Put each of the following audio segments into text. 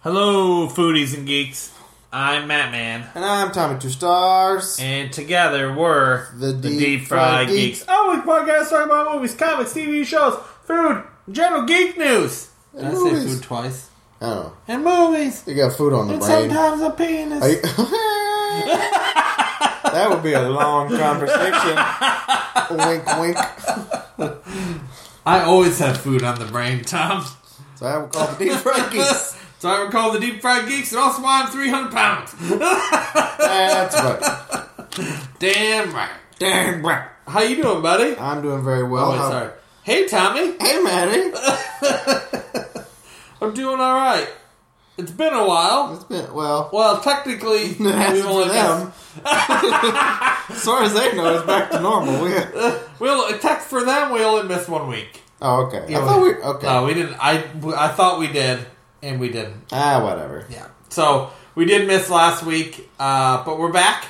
Hello, foodies and geeks. I'm Matt Man, And I'm Tommy Two Stars. and together we're The Deep Fried Geeks. Oh, we podcast talking about movies, comics, TV shows, food, and general geek news. Did I say movies. food twice? Oh, And movies, you got food on the and brain. sometimes a penis. Are you- that would be a long conversation. wink, wink. I always have food on the brain, Tom. So I would call the deep fried geeks. So I were called the Deep Fried Geeks, and also why I'm 300 pounds. That's right. Damn right. Dang, right. How you doing, buddy? I'm doing very well. Oh, wait, How- sorry. Hey, Tommy. Hey, Maddie. I'm doing all right. It's been a while. It's been well. Well, technically, It we hasn't only for them. as far as they know, it's back to normal. We Missed, we only, tech for them. We only missed one week. oh, okay. I thought we okay. No, we didn't. I I thought we did, and we didn't. Ah, whatever. Yeah. So we did miss last week, uh, but we're back.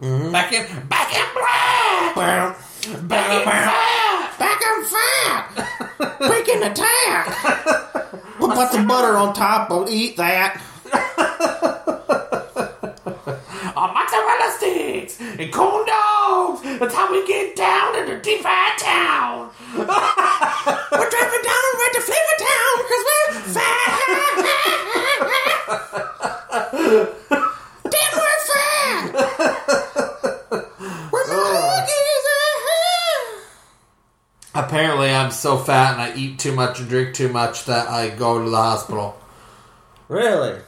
Mhm. Back in, back in black. Well, Back in black. back on fire. Freaking attack! We'll put the butter on top. We'll eat that. On mozzarella sticks and corn dogs. That's how we get down in the deep fried town. We're driving down right to Flavor Town because we're fat. Damn, we're fat. We're uh-huh. Apparently, I'm so fat and I eat too much and drink too much that I go to the hospital. Really?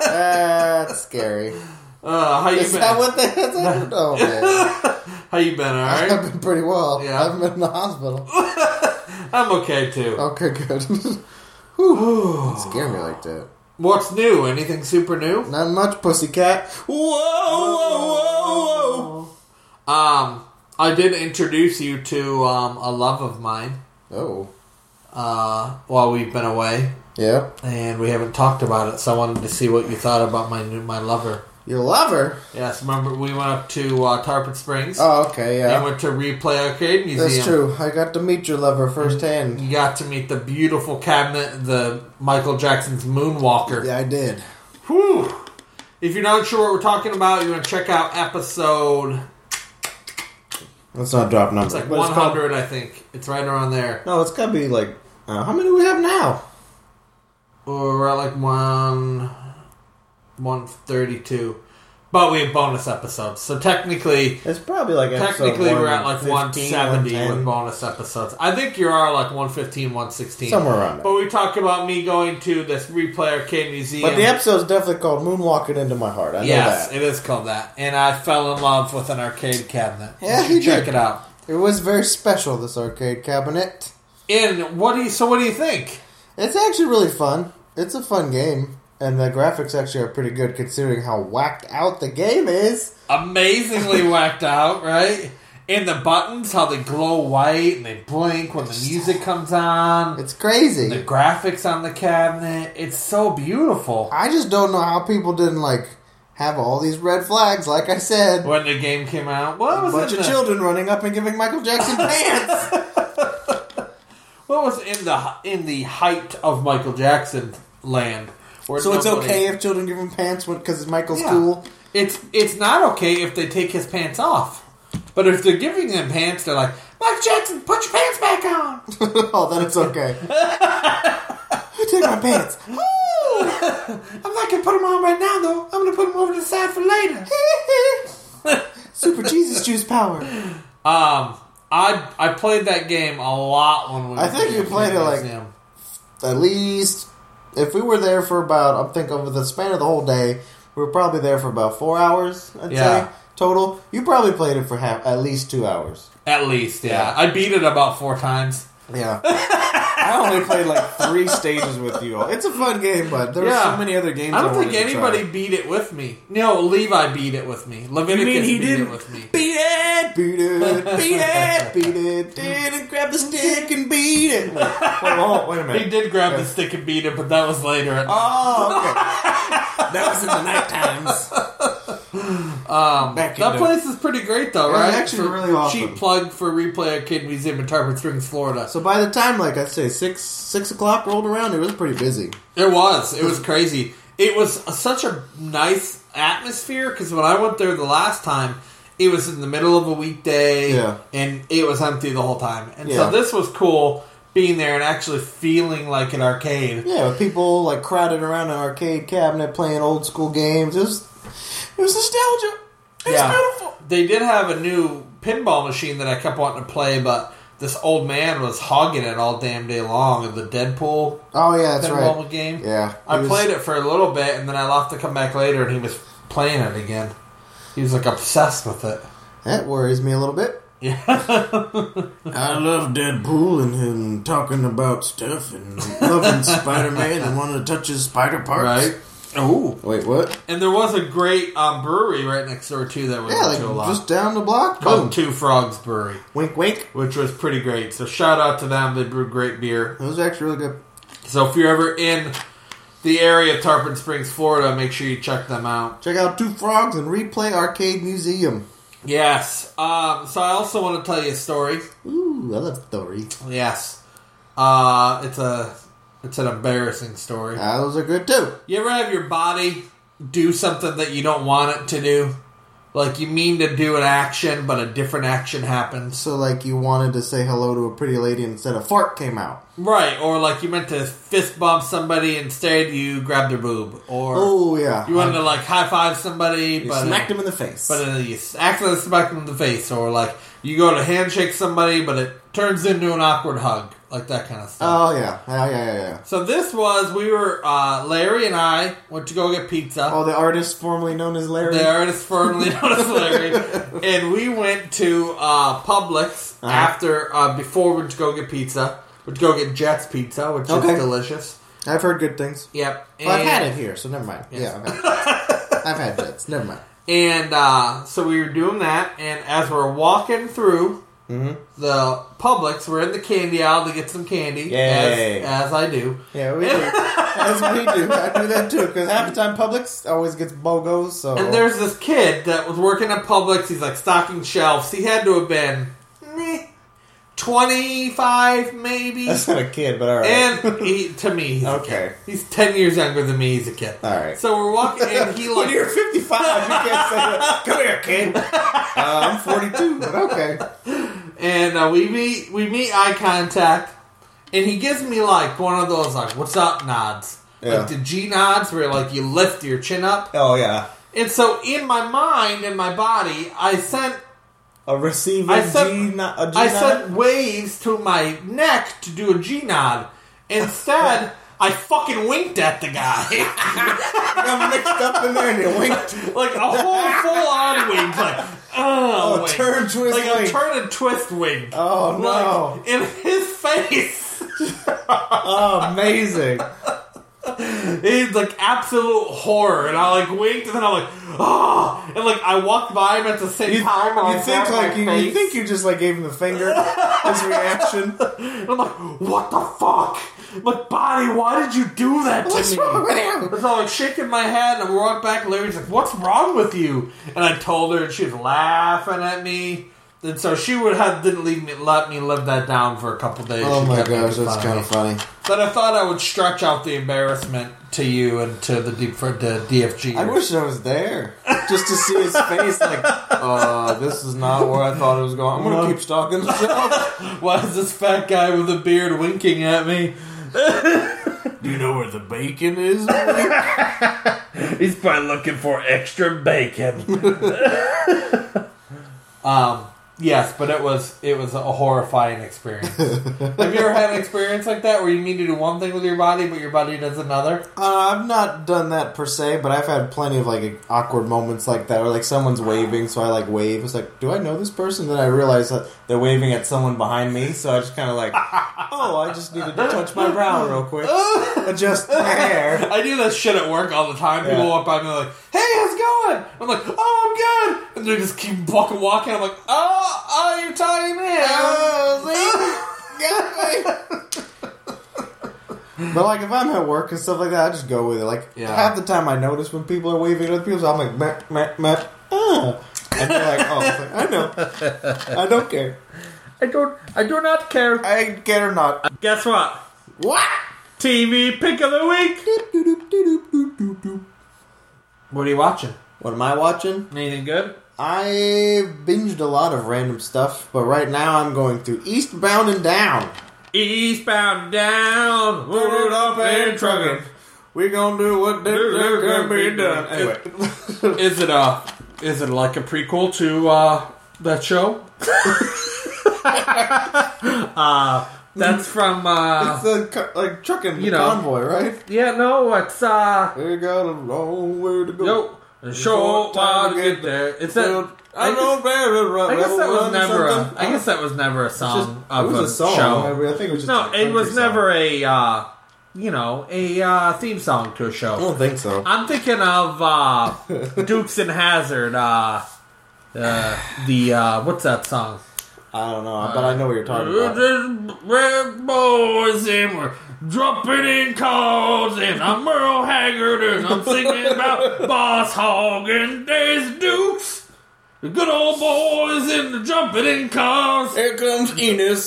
That's scary. Uh, how you Is been? that what that is? I don't know, Oh, man. how you been? All right, I've been pretty well. Yeah. I've been in the hospital. I'm okay too. Okay, good. Whew. Scare me like that. What's new? Anything super new? Not much, pussycat. Whoa, whoa, whoa, whoa. Um, I did introduce you to um, a love of mine Oh. uh, while we've been away, Yep. and we haven't talked about it. So I wanted to see what you thought about my new my lover. Your lover? Yes, remember we went up to uh, Tarpon Springs Oh, okay, and yeah. went to Replay Arcade Museum. That's true. I got to meet your lover firsthand. You got to meet the beautiful cabinet, the Michael Jackson's Moonwalker. Yeah, I did. Whew. If you're not sure what we're talking about, you want to check out episode Let's not drop numbers. it's like But 100, I think. It's right around there. called- no, it's gotta be like. Uh, how many do we have now? Or we're at like one, 132. But we have bonus episodes, so technically, It's probably like episode technically we're at like 115, 170 with 110. bonus episodes. I think you are like 115, 116. Somewhere around there. But we talk about me going to this replay arcade museum. But the episode's definitely called Moonwalking Into My Heart. I know Yes, that. it is called that. And I fell in love with an arcade cabinet. Yeah, you should you check did. it out. It was very special, this arcade cabinet. And what do you? So what do you think? It's actually really fun. It's a fun game. And the graphics actually are pretty good considering how whacked out the game is. Amazingly whacked out, right? And the buttons, how they glow white and they blink when the music comes on. It's crazy. The graphics on the cabinet, it's so beautiful. I just don't know how people didn't like have all these red flags. Like I said, When the game came out, what a was bunch in of the, children running up and giving Michael Jackson pants. what was in the in the height of Michael Jackson land? where so it's nobody- okay if children give him pants because Michael's Yeah. cool. It's it's not okay if they take his pants off. But if they're giving him pants, they're like, Michael Jackson, put your pants back on. oh, then it's okay. I take my pants. I'm not gonna put them on right now though. I'm gonna put them over to the side for later. Super Jesus juice power. Um, I I played that game a lot when we. I think you played it, like- Museum. At least if we were there for about, I think over the span of the whole day, we were probably there for about four hours. I'd Yeah. say total. You probably played it for half, at least two hours. at least yeah. Yeah. I beat it about four times. Yeah. I only played like three stages with you all. It's a fun game, but there's Yeah. so many other games. I don't wanted think to try. anybody beat it with me. No, Levi beat it with me. Leviticus he beat didn't it with me. beat it, beat it, beat it, beat it. Didn't grab the stick and beat it. Wait, wait, wait a He did grab the stick and beat it, but that was later. Oh, okay. that was in the night times. Um, Back that into- place is pretty great though, It was right? actually For- really awesome. Cheap plug for replay at Kid Museum in Tarpon Springs, Florida. So by the time, like I say, six six o'clock rolled around, it was pretty busy. It was. It was crazy. It was a- such a nice atmosphere because when I went there the last time, it was in the middle of a weekday, Yeah. and it was empty the whole time. And Yeah. so this was cool being there and actually feeling like an arcade. Yeah, with people like crowded around an arcade cabinet playing old school games. It was, it was nostalgia. It's Yeah. beautiful. They did have a new pinball machine that I kept wanting to play, but this old man was hogging it all damn day long in the Deadpool Oh yeah, that's pinball right. game. Yeah, I It was- played it for a little bit, and then I left to come back later, and he was playing it again. He was like obsessed with it. That worries me a little bit. Yeah. I love Deadpool and him talking about stuff and loving Spider Man and wanting to touch his spider parts. right. Oh. Wait, what? And there was a great um, brewery right next door too that we Yeah, went like to a lot. just down the block. called Boom. Two Frogs Brewery, Wink, wink. which was pretty great. So shout out to them; they brew great beer. It was actually really good. So if you're ever in the area of Tarpon Springs, Florida, make sure you check them out. Check out Two Frogs and Replay Arcade Museum. Yes. Um, so I also want to tell you a story. Ooh, I love story. Yes. Uh, it's a it's an embarrassing story. Ah, Those are good too. You ever have your body do something that you don't want it to do? Like you mean to do an action, but a different action happens. So, like, you wanted to say hello to a pretty lady and instead a fart came out. Right, or like you meant to fist bump somebody, instead you grab their boob. Or Oh, yeah. you wanted to like high five somebody, You but smacked him in the face. but uh, you accidentally smack them in the face. Or like you go to handshake somebody, but it turns into an awkward hug. Like that kind of stuff. oh, yeah. Oh, yeah, yeah, yeah. So this was we were uh, Larry and I went to go get pizza. Oh, the artist formerly known as Larry. The artist firmly known as Larry, and we went to uh, Publix Uh-huh. after uh, before we went to go get pizza. We went to go get Jack's pizza, which Okay. is delicious. I've heard good things. Yep, Well, I've And- had it here, so never mind. Yes. Yeah, I've had, it. I've had bits. Never mind. And uh, so we were doing that, and as we're walking through Mm-hmm. the Publix, we're in the candy aisle to get some candy, Yay. As, as I do. Yeah, we do. As we do. I do that too, because half the time Publix always gets BOGOs, so. And there's this kid that was working at Publix. He's like stocking shelves. He had to have been meh, 25, maybe. That's not a kid, but alright. And he, to me, he's okay. Okay. He's 10 years younger than me. He's a kid. All right. So we're walking, and he When like. you're 55, you can't say that. Come here, kid. Uh, I'm 42, but okay. and uh, we meet we meet eye contact, and he gives me like one of those like "What's up?" nods, Yeah. like the G nods where like you lift your chin up. Oh yeah, And so in my mind and my body, I sent a receiving I said- G, not a G. I nod? sent waves to my neck to do a G nod. Instead, I fucking winked at the guy I'm mixed up in there and it winked. like a whole full on wink, like oh, Oh, wink. turn twist like wink. a turn and twist wink. Oh like no! in his face. Oh, amazing. It's like absolute horror, and I like winked, and then I'm like, oh, and like I walked by him at the same You, time. and I you think grabbed my like you, you face, think you just like gave him the finger his reaction. and I'm like, what the fuck? I'm like, body, why did you do that to What's me? wrong with him? And so I'm like shaking my head, and I walked back. and Larry's like, "What's wrong with you?" And I told her, and she was laughing at me. And so she would have didn't leave me let me live that down for a couple days. Oh She my kept making gosh, fun that's kind me. of funny. But I thought I would stretch out the embarrassment to you and to the deep for the DFG. I wish I was there just to see his face. Like, uh, this is not where I thought it was going. I'm gonna No. keep stalking the show. Why is this fat guy with a beard winking at me? Do you know where the bacon is? He's probably looking for extra bacon. um, yes, but it was it was a horrifying experience. Have you ever had an experience like that where you mean to do one thing with your body, but your body does another? Uh, I've not done that per se, but I've had plenty of like awkward moments like that, where like someone's waving, so I like wave. It's like, do I know this person? Then I realize that they're waving at someone behind me, so I just kind of like, oh, I just needed to touch my brow real quick, adjust my hair. I do that shit at work all the time. People Yeah. walk by me like, "Hey, how's it going?" I'm like, "Oh, I'm good," and they just keep fucking walking. I'm like, "Oh, oh, you're tiny man." Oh, see? Got me. But like if I'm at work and stuff like that, I just go with it. Like Yeah. half the time, I notice when people are waving at other people, so I'm like, meh, meh, meh, ah. and they're like, oh, it's like, I know, I don't care, I don't. I do not care. I care not. Guess what? What? TV pick of the week. Doop, doop, doop, doop, doop, doop, doop. What are you watching? What am I watching? Anything good? I binged a lot of random stuff, but right now I'm going through Eastbound and Down. Eastbound down, loaded up and trucking. We're gonna do what there can be done. Anyway, Is it uh is it like a prequel to uh that show? uh that's from it's uh a, co- like trucking You know. convoy, right? yeah, no, it's uh We got a long way to go. yo the show while to get there. It's that I guess, I guess that was never a, I guess that was never a song it of was a, song. I, show. mean, I think it was just No, a it was country song. never a uh you know, a uh theme song to a show. I don't think so. I'm thinking of uh, Dukes and Hazard. Uh, uh, the uh, what's that song? I don't know, but I know what you're talking about. Just red boys and we're dropping in calls and I'm Merle Haggard and I'm singing about Boss Hog and there's Dukes, the good old boys and the jumping in calls. Here comes Enos.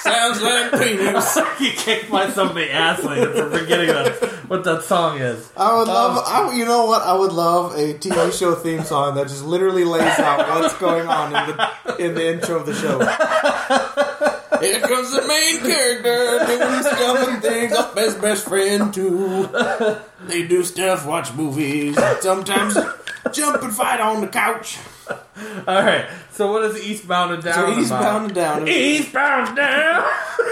Sounds like penis. you kicked myself in the ass later for forgetting that, what that song is. I would Uh, love. I, you know what? I would love a TV show theme song that just literally lays out what's going on in the in the intro of the show. Here comes the main character doing stuff and things. Up his best friend too. They do stuff, watch movies, sometimes jump and fight on the couch. All right, so what is Eastbound and Down? So about? he's bound and down. Eastbound down.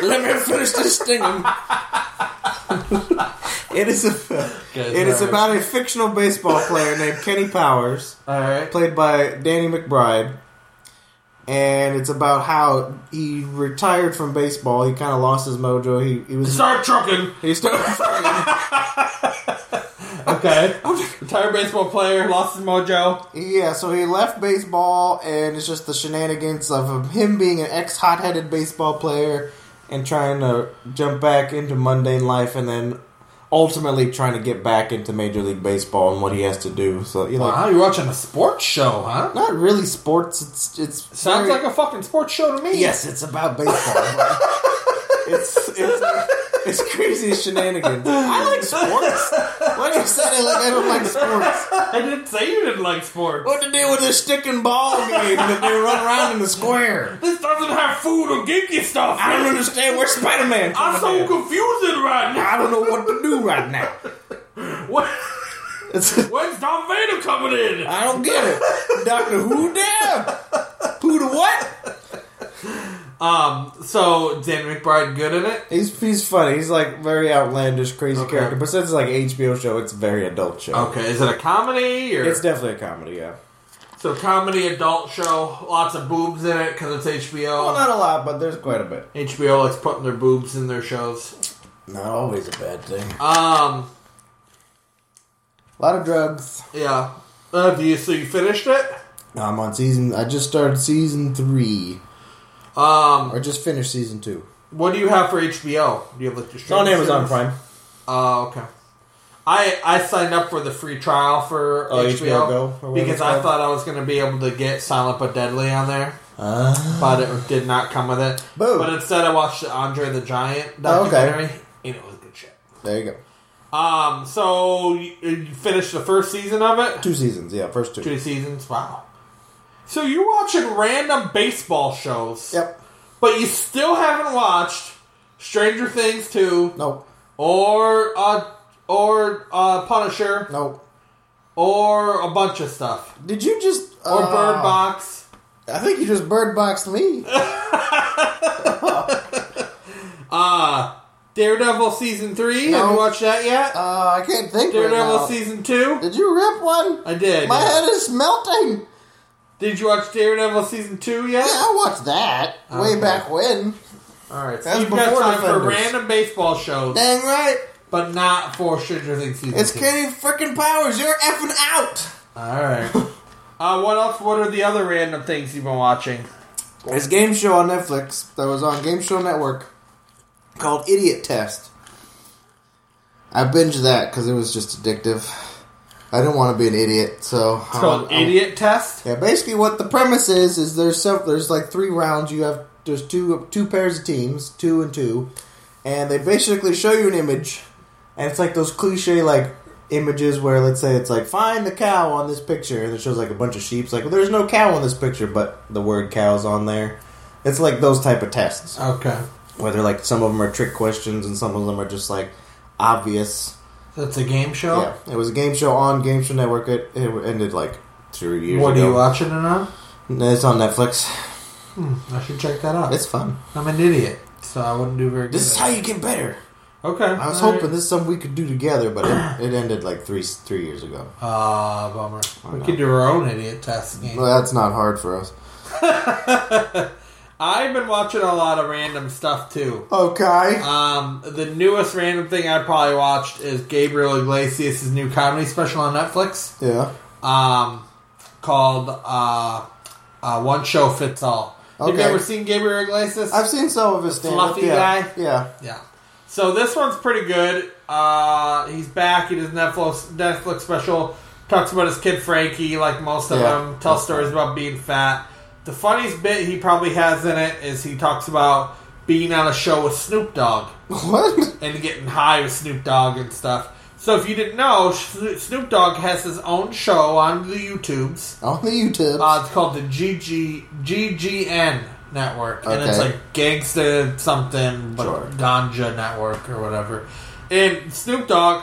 Let me finish this thing. it is a. It is about a fictional baseball player named Kenny Powers. All right. played by Danny McBride. And it's about how he retired from baseball. He kind of lost his mojo. He, he was Start trucking. he started Okay. Retired baseball player lost his mojo. yeah. So he left baseball, and it's just the shenanigans of him being an ex hot-headed baseball player and trying to jump back into mundane life, and then ultimately trying to get back into Major League Baseball and what he has to do. So you know, you're watching a sports show, huh? not really sports. It's it's Sounds very- like a fucking sports show to me. Yes, it's about baseball. it's it's it's crazy shenanigans. I like sports. Why do you say that like I don't like sports? I didn't say you didn't like sports. What to do with this stick and ball game that they run around in the square? This doesn't have food or geeky stuff. I don't understand where Spider Man. I'm so confused right now. I don't know what to do right now. What? It's, When's Tom Vader coming in? I don't get it. Doctor Who damn? Who to what? Um. So Danny McBride good in it? He's he's funny. He's like very outlandish, crazy Okay. character. But since it's like an HBO show, it's a very adult show. Okay. Is it a comedy or? It's definitely a comedy, yeah. So comedy adult show, lots of boobs in it because it's HBO. Well, not a lot, but there's quite a bit. HBO likes putting their boobs in their shows. Not always a bad thing. Um, A lot of drugs. yeah. Uh, do you so you finished it? I'm on season. I just started season three, Um, or just finished season two. what do you have for HBO? Do you have like your It's on streaming Amazon service? Prime. Oh, okay. I I signed up for the free trial for Oh, HBO, HBO Go, or whatever because it's I called. thought I was going to be able to get Silent but Deadly on there, Uh, but it did not come with it. Boo. But instead, I watched the Andre the Giant Oh, okay. documentary, and it was good shit. there you go. Um, so you, uh, you finished the first season of it. Two seasons. Yeah, first two. Two seasons. Wow. So you're watching random baseball shows. Yep. But you still haven't watched Stranger Things 2 Nope. or uh or uh Punisher Nope. or a bunch of stuff. Did you just Or uh, Bird Box. I think you just bird boxed me. Daredevil season 3. No. Have you watched that yet? Uh, I can't think right Daredevil now. season 2. Did you rip one? I did. My head is melting. Did you watch Daredevil season 2 yet? Yeah, I watched that Okay. way back when. All right. So That's you've got before time for Defenders. random baseball shows, Dang right. but not for Stranger Things season It's 2. Kenny freaking Powers. You're effing out. All right. uh, what else? What are the other random things you've been watching? There's a game show on Netflix that was on Game Show Network called Idiot Test. I binged that because it was just addictive. I didn't want to be an idiot, so It's called idiot test. Yeah, basically what the premise is is there's sev- there's like three rounds. You have there's two two pairs of teams, two and two, and they basically show you an image, and it's like those cliche like images where let's say it's like find the cow on this picture, and it shows like a bunch of sheep. It's like well, there's no cow on this picture, but the word cow's on there. It's like those type of tests Okay, where they're like some of them are trick questions and some of them are just like obvious. so it's a game show. Yeah, it was a game show on Game Show Network. It, it ended like three years What ago. are you watching it on? It's on Netflix. Hmm, I should check that out. Oh, It's fun. I'm an idiot, so I wouldn't do very good. This is at how it. you get better. okay. I was all hoping this is something we could do together, but it, it ended like three three years ago. right. Ah, bummer. I we know. could do our own idiot test game. Well, that's not hard for us. I've been watching a lot of random stuff too. Okay. Um, the newest random thing I probably watched is Gabriel Iglesias' new comedy special on Netflix. Yeah. um, called uh, uh, One Show Fits All. Have you Okay. ever seen Gabriel Iglesias? I've seen some of his stand fluffy yeah. guy? Yeah. yeah. So this one's pretty good. Uh, he's back. He does Netflix Netflix special. Talks about his kid Frankie, like most of Yeah. them. Tells stories about being fat. The funniest bit he probably has in it is he talks about being on a show with Snoop Dogg What? and getting high with Snoop Dogg and stuff. So if you didn't know, Sno- Snoop Dogg has his own show on the YouTubes. On the YouTube. Uh, it's called the GG GGN network, and it's Okay. like gangsta something, but Sure. ganja network or whatever. And Snoop Dogg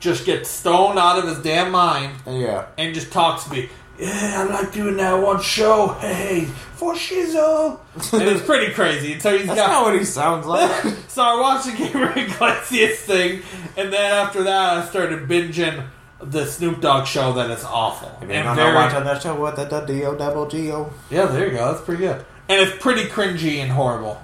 just gets stoned out of his damn mind yeah. and just talks to me. Yeah, I like doing that one show. Hey, for shizzle. and it's pretty crazy. And so he's That's got not what he sounds like. so I watched the Gabriel Iglesias thing, and then after that, I started binging the Snoop Dogg show that is awful. And I'm not watching that show. What the da- do double G O. yeah, there you go. That's pretty good. And it's pretty cringy and horrible.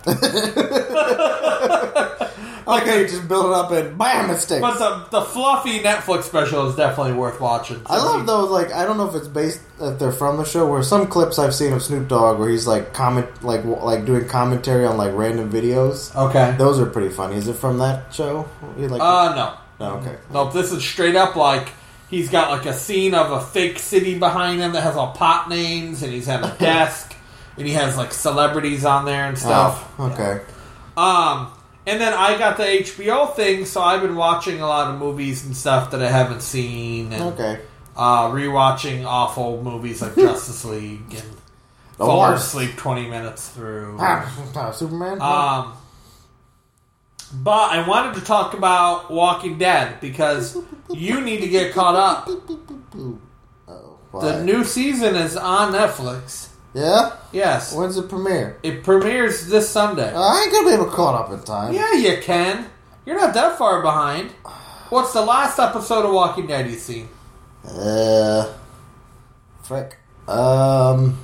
Like how you just build it up and by mistake. But the, the fluffy Netflix special is definitely worth watching. I love those. Like I don't know if it's based if they're from the show. Where some clips I've seen of Snoop Dogg, where he's like comment like w- like doing commentary on like random videos. Okay. Those are pretty funny. Is it from that show? You like? Uh, no. No, okay. Nope, this is straight up like he's got like a scene of a fake city behind him that has all pot names, and he's at a desk, and he has like celebrities on there and stuff. Oh, okay. Um, and then I got the HBO thing, so I've been watching a lot of movies and stuff that I haven't seen, and Okay. uh, rewatching awful movies like Justice League and The falling worst. asleep twenty minutes through. Ah, ah, Superman. Um, but I wanted to talk about Walking Dead because you need to get caught up. oh, The new season is on Netflix. yeah. Yes, When's the premiere? it premieres this Sunday. Uh, I ain't gonna be able to caught up in time. Yeah, you can. You're not that far behind. What's the last episode of Walking Dead you seen? Uh, frick. Um,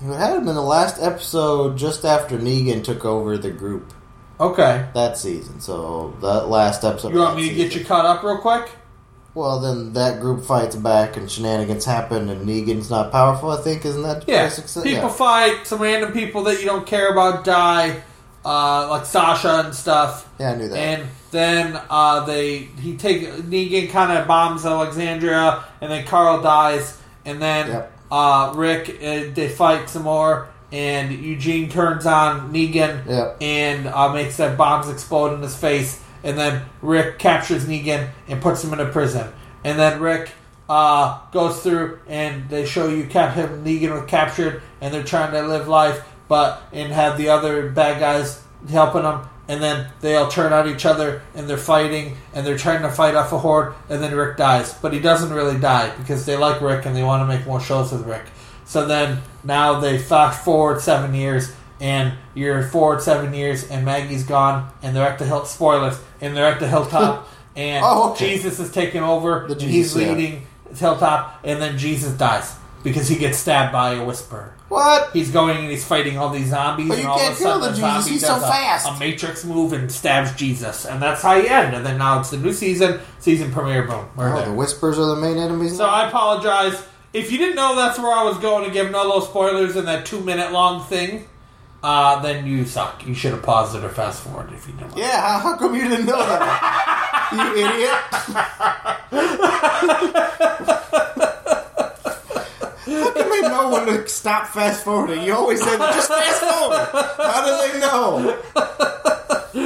it had him in the last episode just after Negan took over the group Okay. that season. So that last episode. You of want that me to get season. you caught up real quick? Well, then that group fights back and shenanigans happen, and Negan's not powerful. I think isn't that Yeah. basic- People fight, some random people that you don't care about die, uh, like Sasha and stuff. Yeah, I knew that. And then uh, they he take Negan kind of bombs Alexandria, and then Carl dies, and then Yep. uh, Rick uh, they fight some more, and Eugene turns on Negan Yep. and uh, makes that bombs explode in his face, and then Rick captures Negan and puts him in a prison, and then Rick. Uh, goes through and they show you cap him Negan was captured and they're trying to live life but and have the other bad guys helping them, and then they all turn on each other, and they're fighting, and they're trying to fight off a horde, and then Rick dies, but he doesn't really die because they like Rick and they want to make more shows with Rick. So then now they fast forward seven years, and you're forward seven years, and Maggie's gone, and they're at the hill. Spoilers, and they're at the hilltop, and Oh, okay. Jesus is taking over, The and he's Jesus, yeah. leading hilltop, and then Jesus dies because he gets stabbed by a whisperer. What? He's going and he's fighting all these zombies. But and you all can't of a sudden kill the zombie Jesus, he's does so a, fast. A Matrix move and stabs Jesus, and that's how you end. And then now it's the new season, season premiere. Boom, we're Oh, there. the whispers are the main enemies. So I apologize if you didn't know that's where I was going to give no little spoilers in that two minute long thing. uh, then you suck. You should have paused it or fast forwarded if you didn't. like it. Yeah, how, how come you didn't know that? you idiot. how come they know when to stop fast forwarding? You always say, just fast forward. How do they know?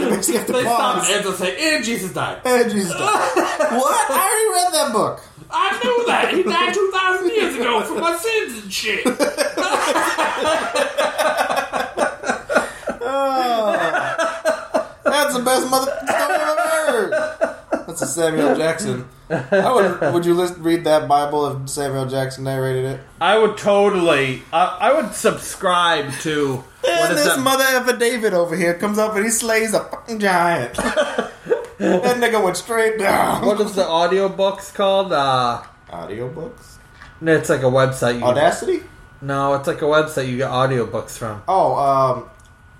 It makes you have to They pause. stopped and just say, "And Jesus died." And you stop. what? I already read that book. I knew that. He died 2,000 years ago for my sins and shit. Oh, that's the best mother story I've ever heard. That's a Samuel Jackson. I would. Would you list, read that Bible if Samuel Jackson narrated it? I would totally. I I would subscribe to. What And is this that? mother affidavit over here comes up and he slays a fucking giant. that nigga went straight down. what is the audiobooks called? Uh, Audiobooks? no, it's like a website. You, Audacity? No, it's like a website you get audiobooks from. Oh, um,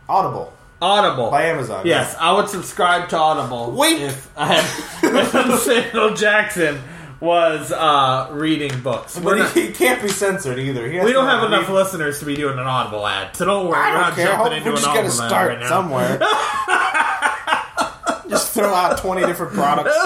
Audible Audible. by Amazon. Yes, I would subscribe to Audible. Wink. If I had if Samuel Jackson was uh, reading books. We're But not- he, he can't be censored either. He has we don't to have read- enough listeners to be doing an Audible ad, so don't worry. I we're don't not care. jumping Hope- into an We're just Audible to ad start right now. somewhere. just throw out twenty different products,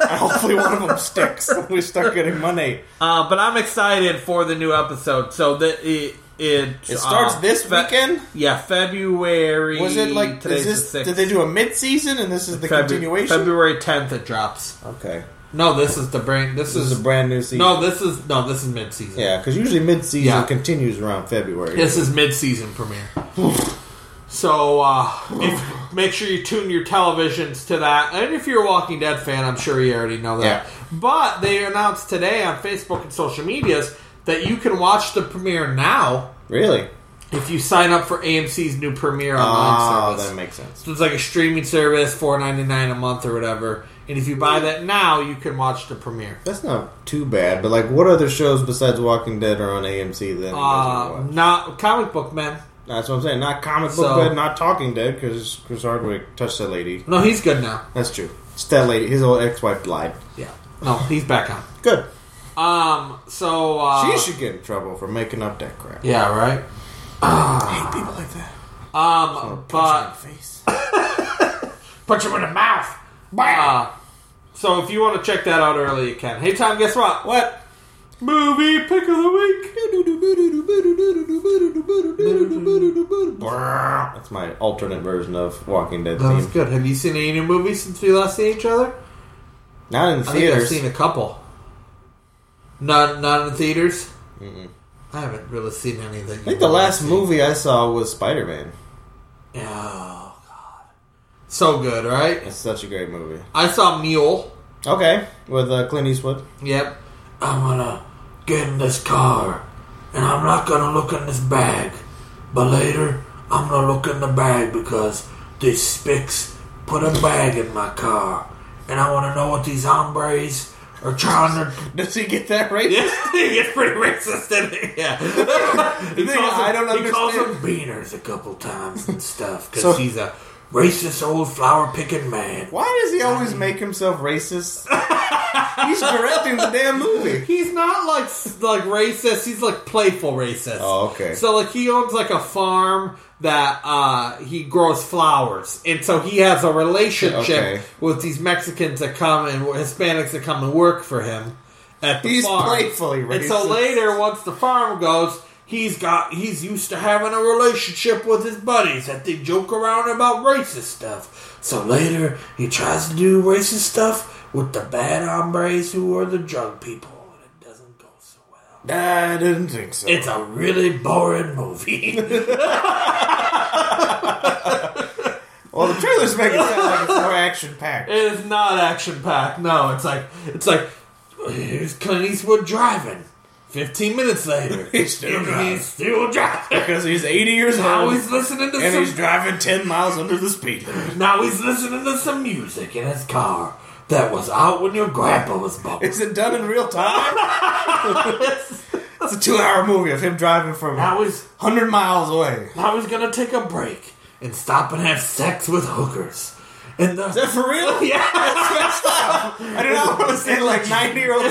and hopefully one of them sticks. And we start getting money. Uh, but I'm excited for the new episode. So that it it, It starts uh, this Fe- weekend. Yeah, February. Was it like? today's is the 6th. this? Did they do a mid-season and this is the Febu- continuation? February 10th it drops. Okay, No, this is the brain. This, this is, is a brand new season. no. This is no. This is mid season. yeah, because usually mid-season Yeah. continues around February. This is mid season premiere. so uh, if, make sure you tune your televisions to that. And if you're a Walking Dead fan, I'm sure you already know that. Yeah. But they announced today on Facebook and social medias that you can watch the premiere now really? if you sign up for AMC's new premiere online Oh, service. that makes sense. So it's like a streaming service, four ninety nine a month or whatever. And if you buy that now, you can watch the premiere. That's not too bad, but like, what other shows besides Walking Dead are on AMC? Then Uh, not comic book men. That's what I'm saying. Not comic book So- dead, not Talking Dead, because Chris Hardwick touched that lady. No, he's good now. That's true. It's that lady. His old ex-wife lied. Yeah. No, he's back on. Good. Um. So. Uh, she should get in trouble for making up that crap. Yeah. Right. hate people like that. Um. But face. put you in the mouth. Uh, so if you want to check that out early, you can. Hey Tom, guess what? What movie pick of the week? That's my alternate version of Walking Dead That was theme. good. Have you seen any new movies since we last seen each other? Not in I think I've theaters. seen a couple. Not not in theaters. I haven't really seen anything. I think the last movie I saw was Spider Man. Oh God, so good, right? It's such a great movie. I saw Mule. Okay, with uh, Clint Eastwood. Yep. I'm gonna get in this car, and I'm not gonna look in this bag. But later, I'm gonna look in the bag because these spics put a bag in my car, and I want to know what these hombres are trying to Does he get that right? he gets pretty racist, in it? Yeah. he thing is, I don't he calls understand. them beaners a couple times and stuff because So- he's a racist old flower picking man. Why does he always make himself racist? He's directing the damn movie. He's not like like racist. He's like playful racist. Oh, okay. So like he owns like a farm that uh, he grows flowers, and so he has a relationship Okay. with these Mexicans that come and Hispanics that come and work for him at the He's farm. playfully racist. And so later, once the farm goes, he's got he's used to having a relationship with his buddies that they joke around about racist stuff. So later, he tries to do racist stuff with the bad hombres who are the drug people, and it doesn't go so well. I didn't think so. It's a really boring movie. well, the trailer's making it sound like it's more action packed. It is not action packed. No, it's like it's like here's Clint Eastwood driving. Fifteen minutes later, He's still driving. He's still driving. Because he's 80 years Now old he's listening to and some. he's driving 10 miles under the speed limit. now he's listening to some music in his car that was out when your grandpa was born. Is it done in real time? it's a two hour movie of him driving from now he's 100 miles away. now he's gonna take a break and stop and have sex with hookers. And the, Is that for real? yeah, I don't know. I was saying like 90 year old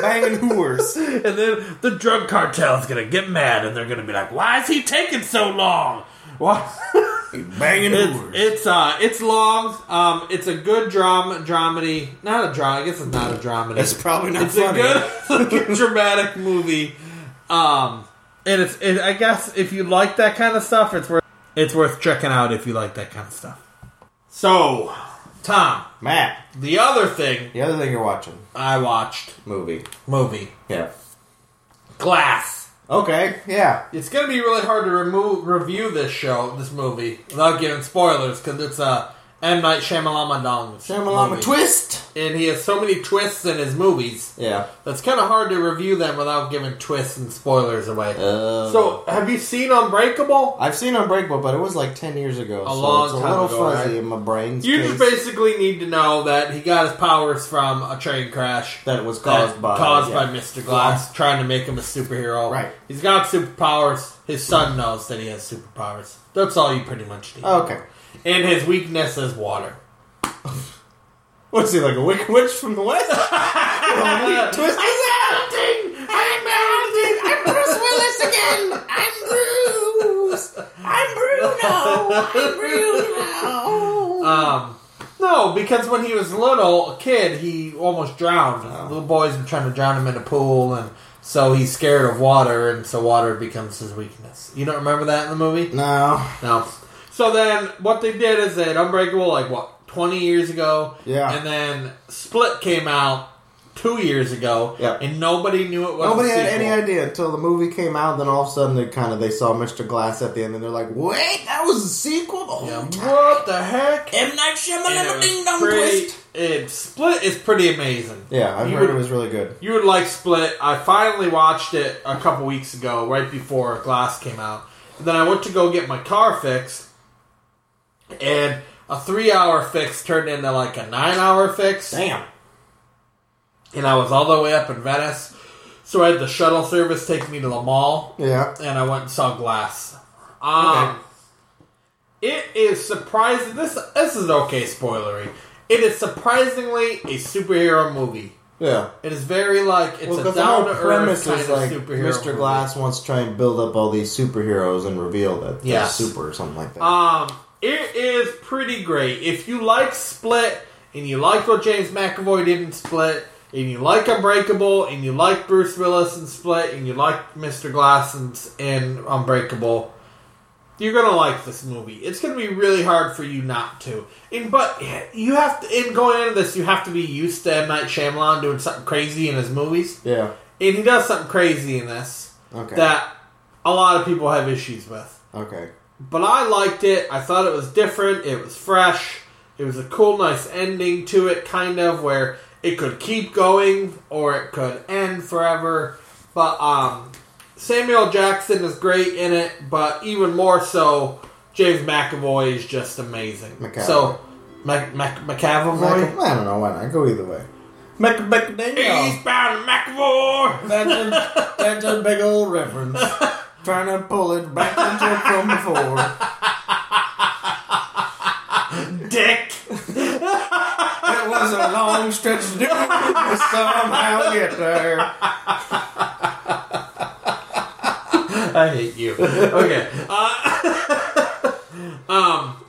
banging whores. And then the drug cartel's gonna get mad and they're gonna be like, why is he taking so long? Why? Banging It's, it's uh it's long. Um, it's a good drama dramedy. Not a drama. I guess it's not a dramedy. That's probably not it's a funny. good, it's a good dramatic movie. Um, And it's it, I guess if you like that kind of stuff, it's worth it's worth checking out if you like that kind of stuff. so Tom, Matt, the other thing the other thing you're watching I watched movie. movie Yeah. Glass. Okay. Yeah. It's gonna be really hard to remove review this show, this movie, without giving spoilers because it's a M Night Shyamalan Shyamalan movie. twist. and he has so many twists in his movies. Yeah. That's kind of hard to review them without giving twists and spoilers away. Uh, so, have you seen Unbreakable? I've seen Unbreakable, but it was like ten years ago. so long it's a time little ago, fuzzy right? in my brain. You just basically need to know that he got his powers from a train crash that was caused that- by caused yeah. by Mr. Glass trying to make him a superhero. Right. He's got superpowers. His son knows that he has superpowers. That's all you pretty much need. Okay. And his weakness is water. What is he like a wicked witch from the west? twist. melting! I'm melting! I'm Bruce Willis again! I'm Bruce! I'm Bruno! I'm Bruno! Um, no, because when he was little, a kid, he almost drowned. Oh. Little boys were trying to drown him in a pool, and so he's scared of water, and so water becomes his weakness. You don't remember that in the movie? No. No. So then, what they did is they had Unbreakable, like what, twenty years ago. Yeah. And then Split came out two years ago. Yeah. And nobody knew it was. Nobody a had sequel. any idea until the movie came out. Then all of a sudden, they kind of they saw Mr. Glass at the end, and they're like, "Wait, that was a sequel." The whole Yeah. time. What the heck? M Night And it was Shyamalan pretty- it- Split is pretty amazing. Yeah, I've You heard would- it was really good. You would like Split. I finally watched it a couple weeks ago, right before Glass came out. And then I went to go get my car fixed, and a three-hour fix turned into like a nine-hour fix. Damn. and I was all the way up in Venice. So I had the shuttle service take me to the mall, Yeah. and I went and saw Glass. Um, It is surprising. This this is okay spoilery. It is surprisingly a superhero movie. Yeah. It is very like it's Well, a because the down whole to earth premise kind is of like superhero. Mr. movie. Glass wants to try and build up all these superheroes and reveal that they're Yes. super or something like that. Um, it is pretty great. If you like Split and you like what James McAvoy did in Split, and you like Unbreakable, and you like Bruce Willis in Split, and you like Mr. Glass in, in Unbreakable, you're gonna like this movie. It's gonna be really hard for you not to. And but you have to. In going into this, you have to be used to M Night Shyamalan doing something crazy in his movies, yeah. and he does something crazy in this Okay. that a lot of people have issues with okay. but I liked it. I thought it was different. It was fresh. It was a cool, nice ending to it, kind of where it could keep going or it could end forever. But um, Samuel Jackson is great in it, but even more so, James McAvoy is just amazing. McAvoy. So, Mac- Mac- McAvoy. I don't know why not. Go either way. Mac McDaniel. bound McAvoy! That's a, that's a big old reference. Trying to pull it back into it from before. Dick. It was a long stretch to do, but somehow get there. I hate you. Okay. Uh, um,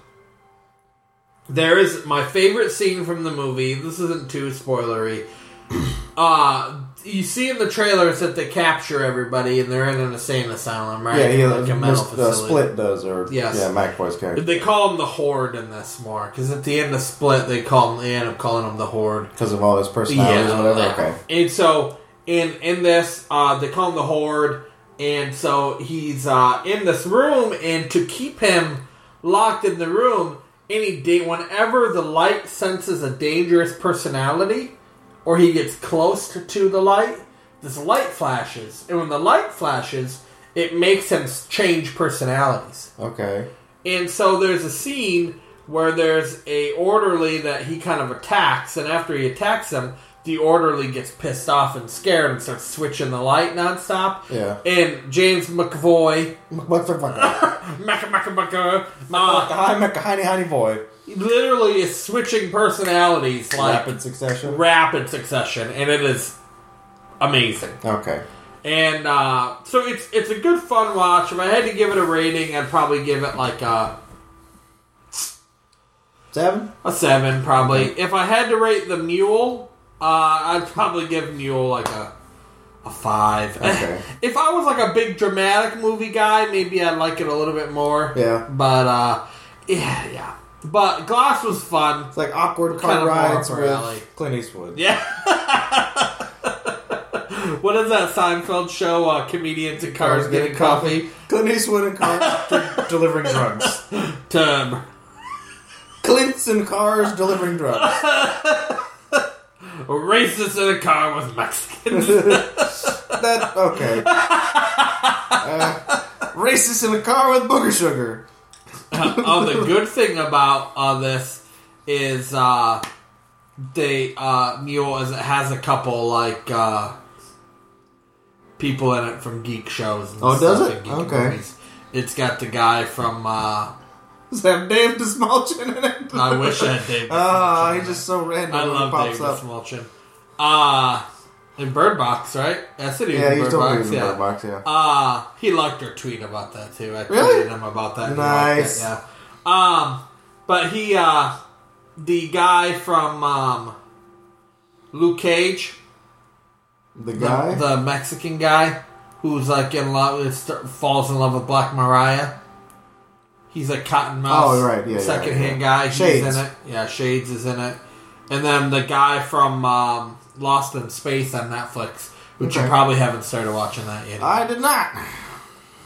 there is my favorite scene from the movie. This isn't too spoilery. Uh, you see in the trailers that they capture everybody and they're in an insane asylum, right? Yeah, he like a mental the, facility. split does, or Yes. yeah, McAvoy's character They call him the Horde in this more because at the end of Split, they call him. They end up calling him the Horde. because of all his personalities, Yeah, or whatever. yeah. Okay, And so in in this, uh, they call him the Horde, and so he's uh, in this room, and to keep him locked in the room, any day, whenever the light senses a dangerous personality, or he gets close to, to the light, this light flashes, and when the light flashes, it makes him s- change personalities. okay, And so there's a scene where there's a orderly that he kind of attacks, and after he attacks him, the orderly gets pissed off and scared and starts switching the light nonstop. Yeah. And James McAvoy, what the fuck? Macca Macca Macca, uh, Hi, Mac, honey, honey boy. literally is switching personalities like Rapid succession. rapid succession, and it is amazing. Okay. And uh, so it's it's a good fun watch. If I had to give it a rating, I'd probably give it like uh, a Seven? a seven, probably. If I had to rate the mule, uh, I'd probably give mule like a a five. Okay. if I was like a big dramatic movie guy, maybe I'd like it a little bit more. Yeah. But uh, yeah, yeah. But Glass was fun. It's like awkward car Kind of more rides up our with alley. Clint Eastwood. Yeah. what is that Seinfeld show? Uh, comedians and cars getting coffee. Clint Eastwood and cars de- delivering drugs. To Clint's and cars delivering drugs. racist in a car with Mexicans. That okay. Uh, racist in a car with booger sugar. oh, the good thing about uh, this is uh, they uh, Mule is, has a couple like uh, people in it from geek shows. And Oh, does stuff it? and geek Okay. movies. It's got the guy from uh, Does that have Dave DeSmulchin in it? I wish I had David. Ah, Smulchin. he's just so random. I when love he pops David up. Smulchin. Uh, in Bird Box, right? That's it. he was Yeah, in he's Bird totally Box. in the yeah. bird box. Yeah. Uh, he liked her tweet about that too. I tweeted Really? him about that. He Nice. liked it, yeah. Um, but he, uh, the guy from um, Luke Cage, The the, guy. the Mexican guy who's like in love, with, st- falls in love with Black Mariah. He's a cotton mouse, Oh, right, yeah, yeah, secondhand yeah. guy. Shades. He's in it. Yeah, Shades is in it. And then the guy from um, Lost in Space on Netflix, which you Okay. probably haven't started watching that yet. I did not.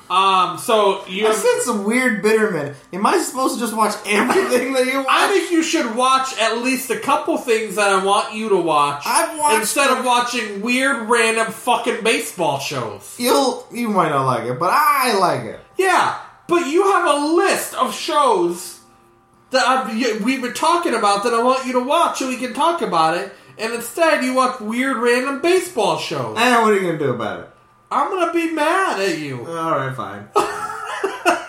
Um, so you I said some weird bitterman. Am I supposed to just watch everything that you I watch? think you should watch at least a couple things that I want you to watch. I've watched- instead of watching weird, random fucking baseball shows. You'll you might not like it, but I like it. Yeah, but you have a list of shows that I've, y- we've been talking about that I want you to watch so we can talk about it. And instead, you watch weird, random baseball shows. And what are you gonna do about it? I'm gonna be mad at you. All right, fine.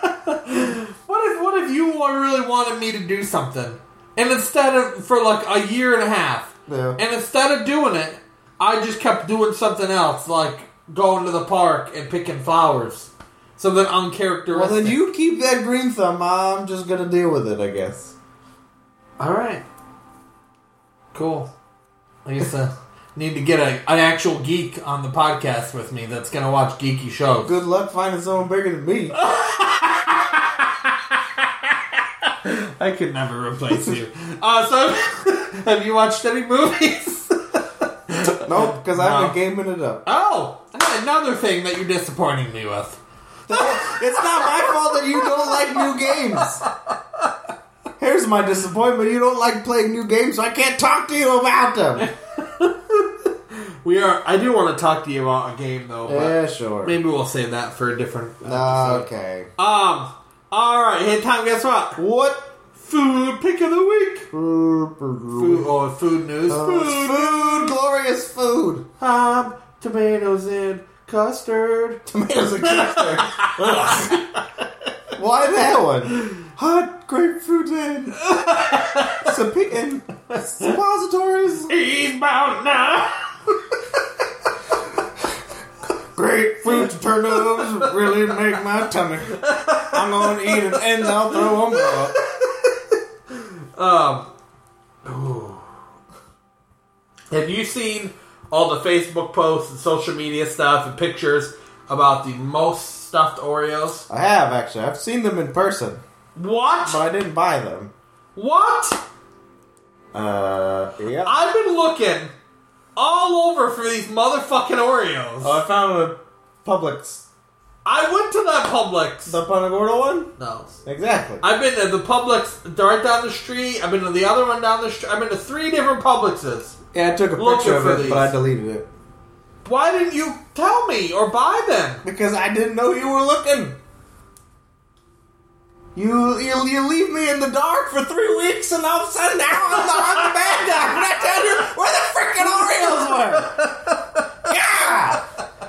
What if what if you wa- really wanted me to do something, and instead of for like a year and a half, Yeah. and instead of doing it, I just kept doing something else, like going to the park and picking flowers, something Well, uncharacteristic. then you keep that green thumb. I'm just gonna deal with it, I guess. all right, cool. I guess I need to get a, an actual geek on the podcast with me that's gonna watch geeky shows. Good luck finding someone bigger than me. I could never replace you. Uh, so, have you watched any movies? Nope, because I've been gaming it up. oh, another thing that you're disappointing me with. It's not my fault that you don't like new games. Here's my disappointment: you don't like playing new games, so I can't talk to you about them. We are. I do want to talk to you about a game though. But Yeah, sure. maybe we'll save that for a different. Ah, okay. Um. All right. Hey, Tom. Guess what? What? Food pick of the week. Food Food, or food news. food. food, glorious food. Ham, tomatoes, and custard. Tomatoes and custard. Ugh. Why that one? Hot grapefruit and some pi- and suppositories. He's bound now. Grapefruit turnips really make my tummy. I'm gonna eat it and I'll throw them up. Um. ooh. Have you seen all the Facebook posts and social media stuff and pictures about the most stuffed Oreos? I have actually. I've seen them in person, What? but I didn't buy them. What? Uh, yeah. I've been looking all over for these motherfucking Oreos. Oh, I found them at Publix. I went to that Publix. The Punta Gorda one? no. Exactly. I've been to the Publix right down the street. I've been to the other one down the street. I've been to three different Publixes. Yeah, I took a Looking picture of for it, these. but I deleted it. Why didn't you tell me or buy them? Because I didn't know you were looking. You, you you leave me in the dark for three weeks, and all of a sudden now I'm the, I'm the bad guy. When I tell you where the freaking Oreos were. Yeah.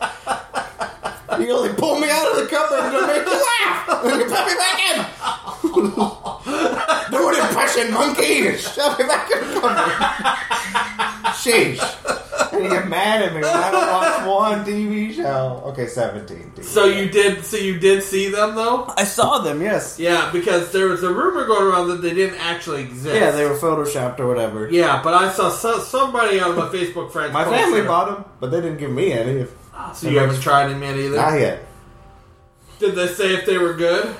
Wow. Ah! You only pull me out of the cupboard to make me laugh. You put me back in. Do an impression, monkey. Shove me back in the cupboard. Sheesh. And you get mad at me when I don't watch one TV show. Okay, 17. TV. So you did. So you did see them though. I saw them, yes. Yeah, because there was a rumor going around that they didn't actually exist. Yeah, they were photoshopped or whatever. Yeah, but I saw so, somebody on my Facebook friends. My posted family it. bought them, but they didn't give me any. If, So you haven't tried them yet either. not yet. Did they say if they were good?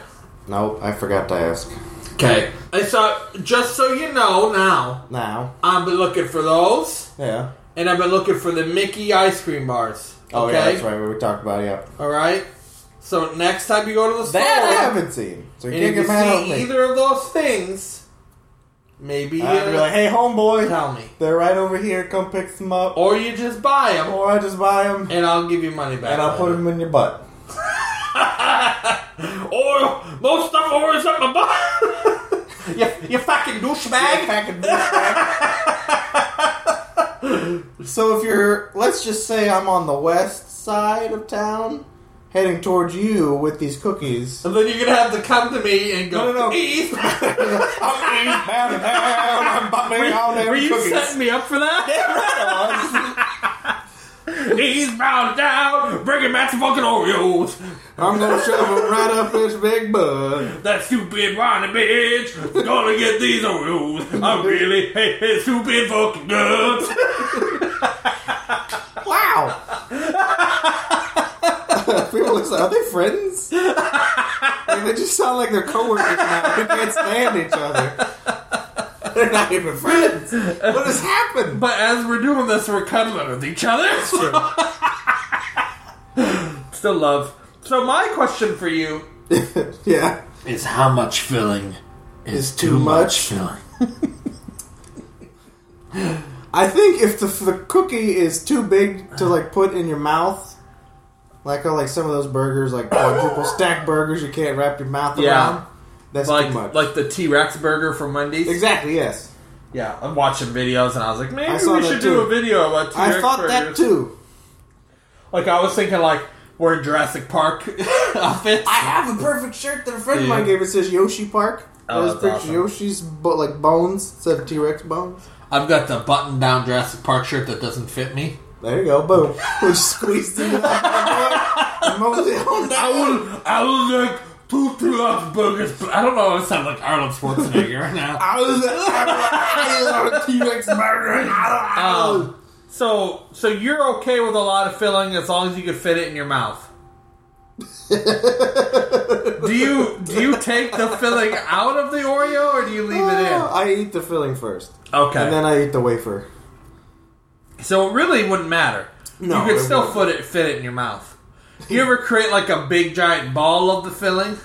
Nope, I forgot to ask. Okay. I saw. Just so you know, now Now, I've been looking for those, yeah. and I've been looking for the Mickey ice cream bars. Oh okay? yeah, that's right. We talked about it. Yeah. All right. So next time you go to the store, That I haven't seen, so you uh, and if can't you get mad at see me. either of those things, maybe I'd uh, be like, "Hey, homeboy, tell me, they're right over here. Come pick them up, or you just buy them, or I just buy them and I'll give you money back. and I'll put them in your butt." Oil, most stuff oils up my butt. You, you fucking douchebag. so if you're, let's just say I'm on the west side of town, heading towards you with these cookies. And then you're gonna have to come to me and go. No, no, no. "Eat." I'm eastbound, down, I'm bumping all them Were you cookies. setting me up for that? He's bound down, bringing back some fucking Oreos. I'm gonna shove them right up this big bud. That stupid whiny bitch gonna get these Oreos. I really hate his stupid fucking guts. Wow. People are, like, are they friends? Like, they just sound like they're coworkers now. They can't stand each other. They're not even friends. What has happened? But as we're doing this, we're cuddling with each other. Still love. So my question for you yeah. Is how much filling is too much. filling? I think if the, if the cookie is too big to like put in your mouth, like oh, like some of those burgers, like quadruple stack burgers, you can't wrap your mouth Yeah. around. That's like too much. like the T Rex burger from Wendy's. exactly yes. Yeah, I'm watching videos and I was like, maybe I we saw should that do too. a video about T Rex I thought that too. Like I was thinking, like we're in Jurassic Park outfits. I have a perfect shirt that a friend of Yeah. mine gave. It says Yoshi Park. Oh, There's that's pictures awesome. of Yoshi's bo- like bones instead of T Rex bones. I've got the button-down Jurassic Park shirt that doesn't fit me. There you go. Boom. we just squeezed into that. bad boy. Mosey on I down. would, I would like two T-Rex burgers, but I don't know. I sound like Arnold Schwarzenegger right now. I was I T Rex murdering. Um, so, so you're okay with a lot of filling as long as you can fit it in your mouth. do you do you take the filling out of the Oreo or do you leave it in? I eat the filling first, Okay, and then I eat the wafer. so it really wouldn't matter. No, you could it still wouldn't. fit it fit it in your mouth. You ever create like a big giant ball of the filling,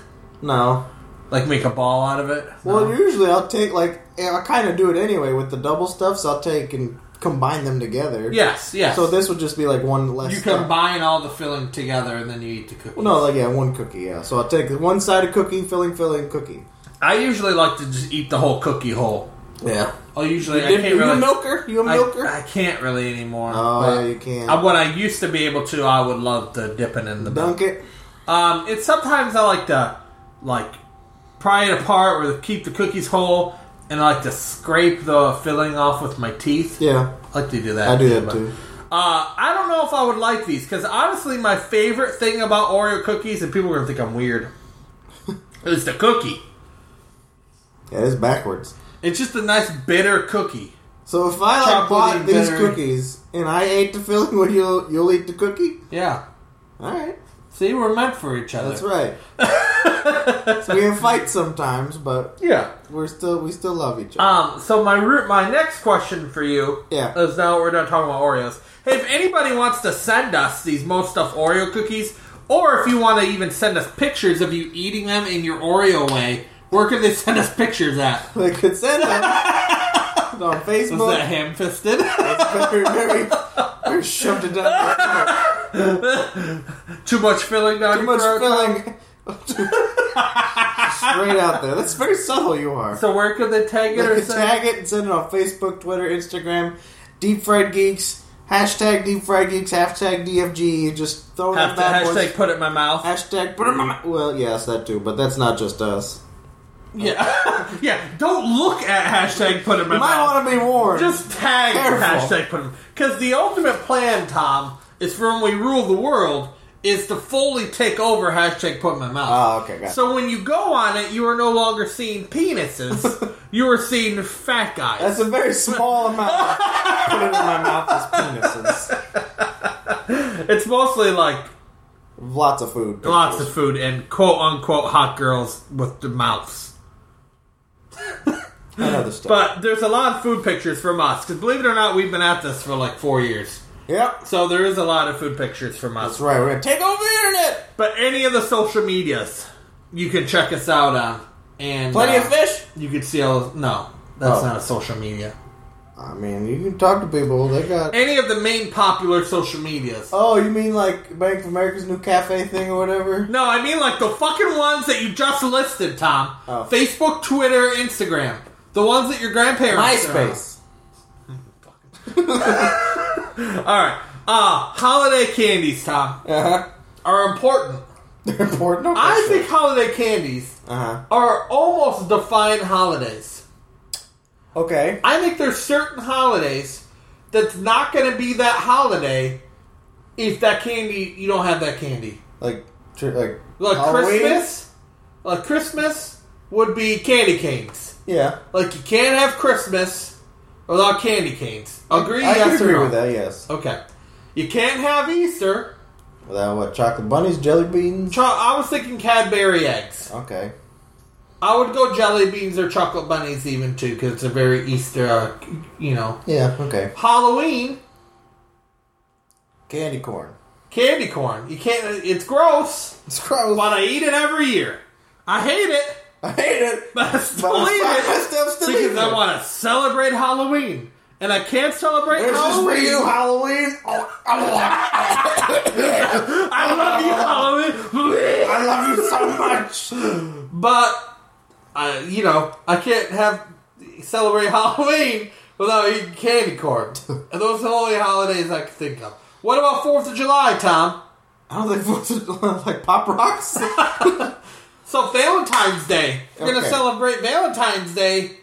No. like make a ball out of it? Well, usually I'll take like I kind of do it anyway with the double stuffs. I'll take and combine them together. yes, yes. So this would just be like one less. you step. combine all the filling together and then you eat the cookie. Well, no, like yeah, one cookie. Yeah. So I'll take one side of cookie, filling, filling, cookie. I usually like to just eat the whole cookie whole. Yeah. I oh, usually I You, can't really a milker? You a I, milker? I can't really anymore. oh but yeah, you can. I, when I used to be able to, I would love to dip it in the milk. Dunk it. Um, it's sometimes I like to like pry it apart or keep the cookies whole, and I like to scrape the filling off with my teeth. Yeah, I like to do that. I do that but- too. Uh, I don't know if I would like these because honestly, my favorite thing about Oreo cookies, and people are gonna think I'm weird, is the cookie. Yeah, it's backwards. It's just a nice bitter cookie. So if I like Chocolate bought and these bitter. cookies and I ate the filling, would you you'll eat the cookie? Yeah. All right, See, we're meant for each other. that's right. so we can fight sometimes, but Yeah. we're still we still love each other. Um, so my root, my next question for you Yeah. is now we're done talking about Oreos. Hey, if anybody wants to send us these most stuff Oreo cookies, or if you want to even send us pictures of you eating them in your Oreo way, where can they send us pictures at? They could send them on Was Facebook. that ham fisted? very, very, very shoved it down. Your throat. Too much filling down Too your much throat? filling. Straight out there. That's very subtle. You are. So where could they tag it You or can send? tag it and send it on Facebook, Twitter, Instagram, Deep Fried Geeks, hashtag Deep Fried Geeks, hashtag DFG. Just throw Have that to bad hashtag boys. put it in my mouth. Hashtag. Put 'em in my- Well, yes, that too, but that's not just us. Yeah, yeah. Don't look at hashtag put him in You might want to be warned. Just tag Careful. hashtag put him because the ultimate plan, Tom, is for when we rule the world is to fully take over hashtag put in my mouth. Oh, okay, got it. So when you go on it, you are no longer seeing penises. you are seeing fat guys. That's a very small amount. I Put it in my mouth as penises. it's mostly like Lots of food. lots of food and quote unquote hot girls with the mouths. and other stuff. But there's a lot of food pictures from us because believe it or not, we've been at this for like four years. yep, So there is a lot of food pictures from us. that's right. We're gonna take over the internet. But any of the social medias, you can check us out on. And Plenty uh, of fish. You can see all. No, that's Oh. not a social media. I mean, you can talk to people. They got. Any of the main popular social medias. Oh, you mean like Bank of America's new cafe thing or whatever? No, I mean like the fucking ones that you just listed, Tom. Oh. Facebook, Twitter, Instagram. The ones that your grandparents. are on. MySpace. All right. Uh-huh. Uh, holiday candies, Tom, Uh huh. are important. They're important. Okay, I sure. think holiday candies Uh are almost defined holidays. huh. Okay. I think there's certain holidays that's not going to be that holiday if that candy you don't have that candy. Like, tr- like, Like Halloween? Christmas, like Christmas would be candy canes. Yeah. Like you can't have Christmas without candy canes. Agree? I yes can or agree no? with that. Yes. Okay. You can't have Easter. Without what? Chocolate bunnies, jelly beans. Cho- I was thinking Cadbury eggs. okay. I would go jelly beans or chocolate bunnies even too because it's a very Easter, uh, you know. Yeah. Okay. Halloween Candy corn. candy corn. You can't. It's gross, It's gross. but I eat it every year. I hate it, I hate it. but I still But I eat find it myself still because eating I it. want to celebrate Halloween, and I can't celebrate This is for Halloween. you, Halloween. Oh, I I love you, Halloween, love you so much. but I, you know, I can't have celebrate Halloween without eating candy corn. and those are the only holidays I can think of. What about Fourth of July, Tom? I don't think folks are like pop rocks. So Valentine's Day. If You're gonna Okay. celebrate Valentine's Day.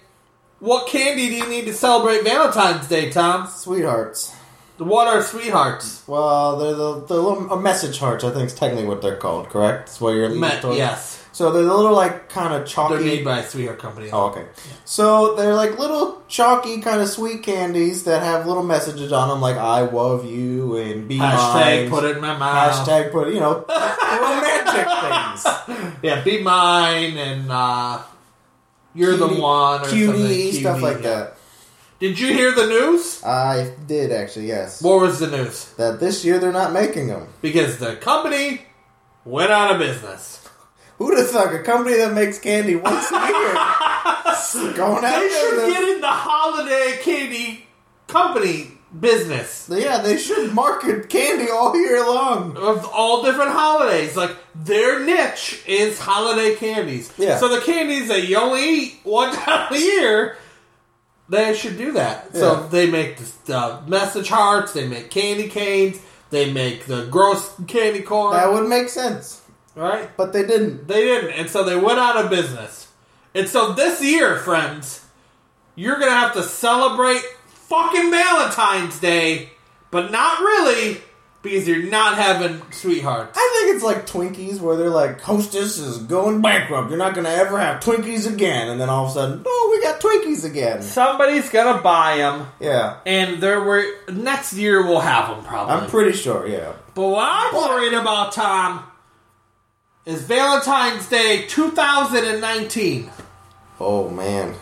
What candy do you need to celebrate Valentine's Day, Tom? Sweethearts. What are sweethearts? Well, they're the, the little uh, message hearts. I think is technically what they're called. Correct. That's what you're leaning Met, towards. yes. So they're the little like kind of chalky. They're made by a sweetheart company. Oh, okay. So they're like little chalky, kind of sweet candies that have little messages on them, like "I love you" and "Be Hashtag mine." put it in my mouth. hashtag put. You know, romantic things. Yeah, be mine and uh You're the Cutie- one or something. cutie stuff Cutie, like yeah. that. Did you hear the news? I did actually, yes. What was the news? That this year they're not making them. Because the company went out of business. Who'd have thunk a company that makes candy once a year is going out They should of get in the holiday candy company business. business? Yeah, they should market candy all year long. of all different holidays. Like their niche is holiday candies. Yeah. So the candies that you only eat one time a year, they should do that. Yeah. So they make the uh, message hearts. They make candy canes. They make the gross candy corn. That would make sense, right? but they didn't. They didn't, and so they went out of business. And so this year, friends, you're gonna have to celebrate fucking Valentine's Day, but not really because you're not having sweethearts. I think it's like Twinkies, where they're like, "Hostess is going bankrupt. You're not gonna ever have Twinkies again." And then all of a sudden, oh, we got Twinkies again. Somebody's gonna buy them, Yeah, and there were next year we'll have them probably. I'm pretty sure. Yeah, but what I'm worried about, Tom, is Valentine's Day 2019. Oh man,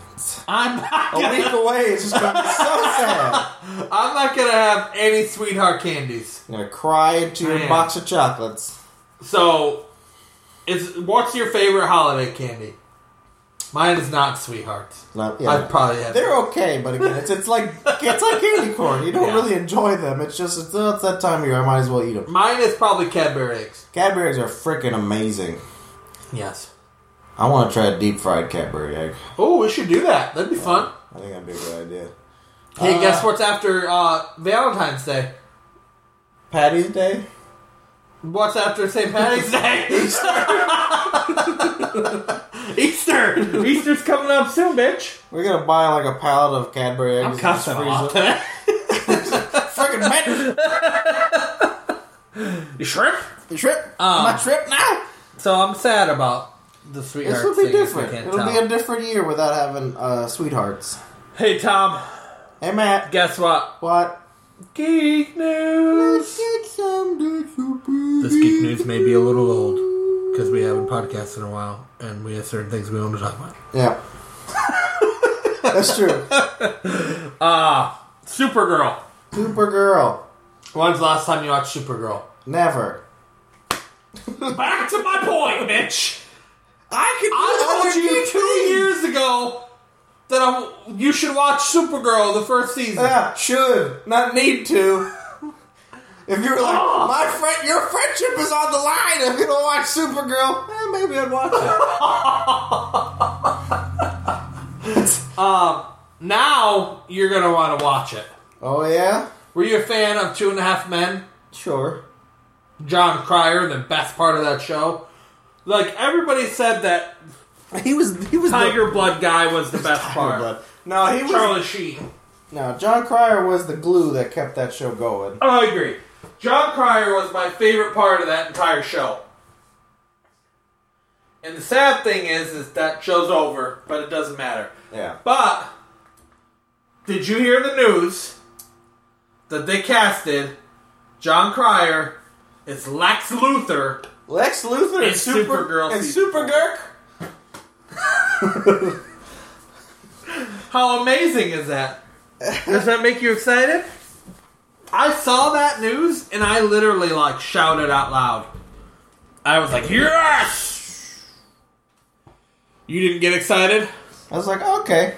I'm not a gonna, week away is just gonna be so sad. I'm not gonna have any sweetheart candies. I'm gonna cry into your I am. box of chocolates. So, is what's your favorite holiday candy? Mine is not sweethearts. Not, I probably have. They're okay, but again, it's, it's like it's like candy corn. You don't Yeah. really enjoy them. It's just it's, oh, it's that time of year. I might as well eat them. Mine is probably Cadbury eggs. Cadbury eggs are freaking amazing. Yes. I want to try a deep fried Cadbury egg. Oh, we should do that. That'd be fun. I think that'd be a good idea. Hey, Uh, guess what's after uh, Valentine's Day? Patty's Day. What's after St. Patty's Day? Easter. Easter's coming up soon, bitch. We're gonna buy like a pallet of Cadbury eggs. I'm and cussing a freeze lot it. today. Freaking man, You shrimp? trip. Um, My trip now. So I'm sad about the sweetheart. This will be thing, if you different. can't It'll tell. be a different year without having uh, sweethearts. hey Tom, Hey Matt, guess what? what? Geek news. This geek news may be a little old because we haven't podcasted in a while, and we have certain things we want to talk about. Yeah, that's true. Supergirl. Supergirl. When's the last time you watched Supergirl? Never. Back to my point, bitch. I can. I told you two years ago that I, you should watch Supergirl the first season. Yeah, should not need to. If you were like, Ugh. my friend, your friendship is on the line. If you don't watch Supergirl, eh, maybe I'd watch it. Now you're gonna want to watch it. oh yeah, Were you a fan of Two and a Half Men? sure. John Cryer, the best part of that show. Like everybody said that He was he was Tiger Blood guy was the best The, part. Blood. No, he was. Charlie Sheen. No, John Cryer was the glue that kept that show going. Oh, I agree. John Cryer was my favorite part of that entire show. And the sad thing is, is that show's over, but it doesn't matter. Yeah. But did you hear the news that they casted John Cryer as Lex Luthor? Lex Luthor and And Super Supergirl and season four. Supergirl. How amazing is that? Does that make you excited? I saw that news and I literally like shouted out loud. I was like, "Yes!" You didn't get excited? I was like, okay,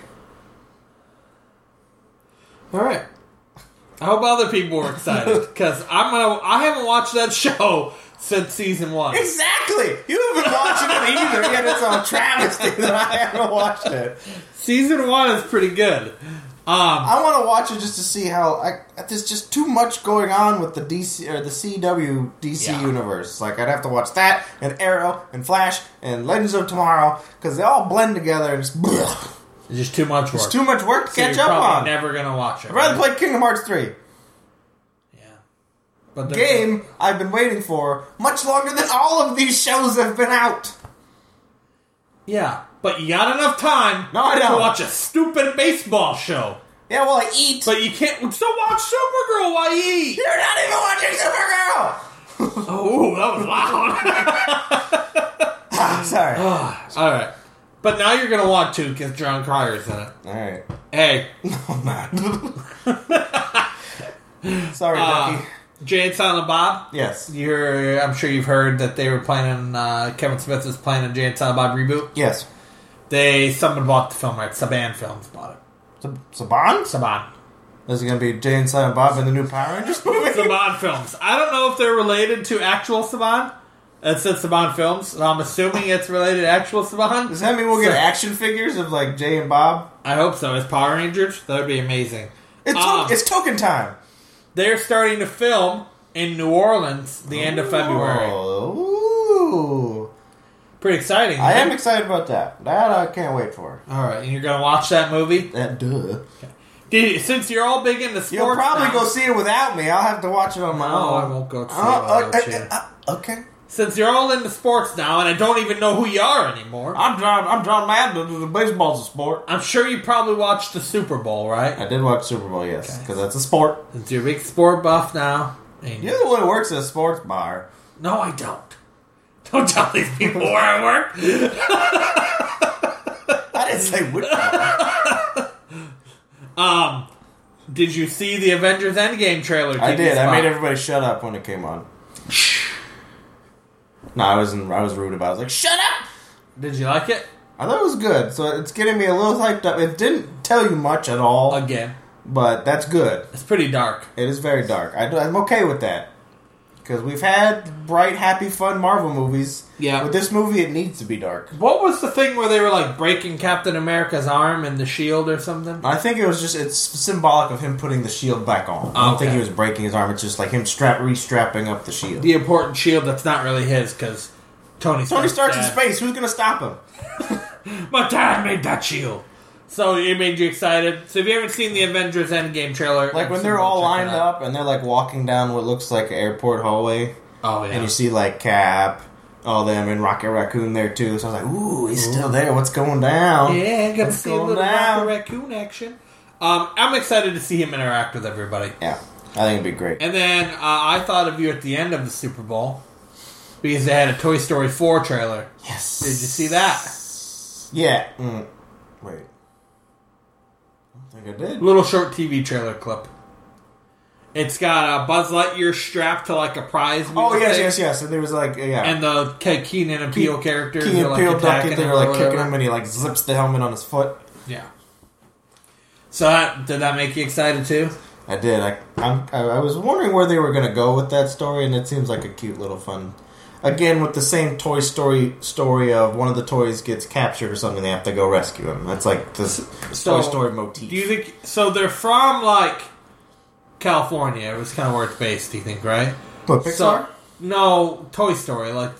All right. I hope other people were excited because I'm gonna. I haven't watched that show since season one. exactly. You haven't watched it either, yet it's on travesty that I haven't watched it. Season one is pretty good. Um, I want to watch it just to see how. I, there's just too much going on with the DC or the CW DC Yeah. universe. Like I'd have to watch that and Arrow and Flash and Legends of Tomorrow because they all blend together and it's, it's just too much work. it's too much work to So catch you're up probably on. Never gonna watch it. I'd rather play Kingdom Hearts three Yeah. But the game I've been waiting for much longer than all of these shows have been out. Yeah, but you got enough time No, I to don't. watch a stupid baseball show. Yeah, well I eat. But you can't still watch Supergirl while you eat. You're not even watching Supergirl. Oh, that was loud. Ah, sorry. all All right, but now you're gonna want to because John Cryer's in it. right. Hey, Oh man. sorry, uh, Ducky. Jay and Silent Bob. Yes. You're, I'm sure you've heard that they were planning. Uh, Kevin Smith was planning a Jay and Silent Bob reboot. Yes. They someone bought the film right. Saban Films bought it. Saban? Saban. There's gonna be Jay and Silent Bob in the new Power Rangers movie. Saban Films. I don't know if they're related to actual Saban. It said Saban Films, and I'm assuming it's related to actual Saban. Does that mean we'll get action figures of like Jay and Bob? I hope so. As Power Rangers, that would be amazing. It's, to- Um, it's token time. They're starting to film in New Orleans the end of Oh. February. Ooh. Pretty exciting. I am right? excited about that. That I can't wait for. All right, and you're gonna watch that movie. That duh. Dude, since you're all big into sports, You'll probably now- go see it without me. I'll have to watch it on my No, own. I won't go see it Oh, without okay, you. uh, okay. Since you're all into sports now, and I don't even know who you are anymore. I'm John. I'm John Madden. The baseball's a sport. I'm sure you probably watched the Super Bowl, right? I did watch Super Bowl, yes, because that's a sport. Since you're a big sport buff now, and You're the one who works at a sports bar. No, I don't. Don't tell these people where I work. I didn't say which bar. Um, did you see the Avengers Endgame trailer? I TV did. I spot? made everybody shut up when it came on. No, I wasn't. I was rude about. it. I was like, "Shut up!" Did you like it I thought it was good, so it's getting me a little hyped up. It didn't tell you much at all, again? but that's good. It's pretty dark. It is very dark. I, am okay with that because we've had bright, happy, fun Marvel movies. Yeah. With this movie, it needs to be dark. What was the thing where they were like breaking Captain America's arm and the shield or something? I think it was just it's symbolic of him putting the shield back on. I don't think Okay. he was breaking his arm. It's just like him strap restrapping up the shield. The important shield that's not really his because Tony. Tony Stark's in dead. space. Who's gonna stop him? My dad made that shield. So it made you excited. So if you haven't seen the Avengers Endgame trailer, Like when they're all lined up and they're like walking down what looks like an airport hallway, oh yeah, and you see like Cap, all them, and Rocket Raccoon there too. So I was like, ooh, he's still there. What's going down? yeah, got to What's see a going little down? Rocket Raccoon action. Um, I'm excited to see him interact with everybody. Yeah, I think it'd be great. And then uh, I thought of you at the end of the Super Bowl because they had a Toy Story 4 trailer. yes. Did you see that? Yeah. Mm. Wait. I don't think I did. Little short TV trailer clip. It's got uh, Buzz Lightyear strapped to like a prize. Oh wheel yes, thing, yes, yes. And there was like yeah. And the Ke- Keenan and Peele characters are Key and like Peele duck attacking it. They him were or like kicking whatever. him, and he like zips the helmet on his foot. Yeah. So that did that make you excited too? I did. I I'm, I I was wondering where they were going to go with that story, and it seems like a cute little fun. Again, with the same Toy Story story of one of the toys gets captured or something, they have to go rescue him. That's like the s- Toy Story motif. Do you think so? They're from like California. It was kind of where it's based. Do you think right? What, Pixar? So- no, Toy Story. Like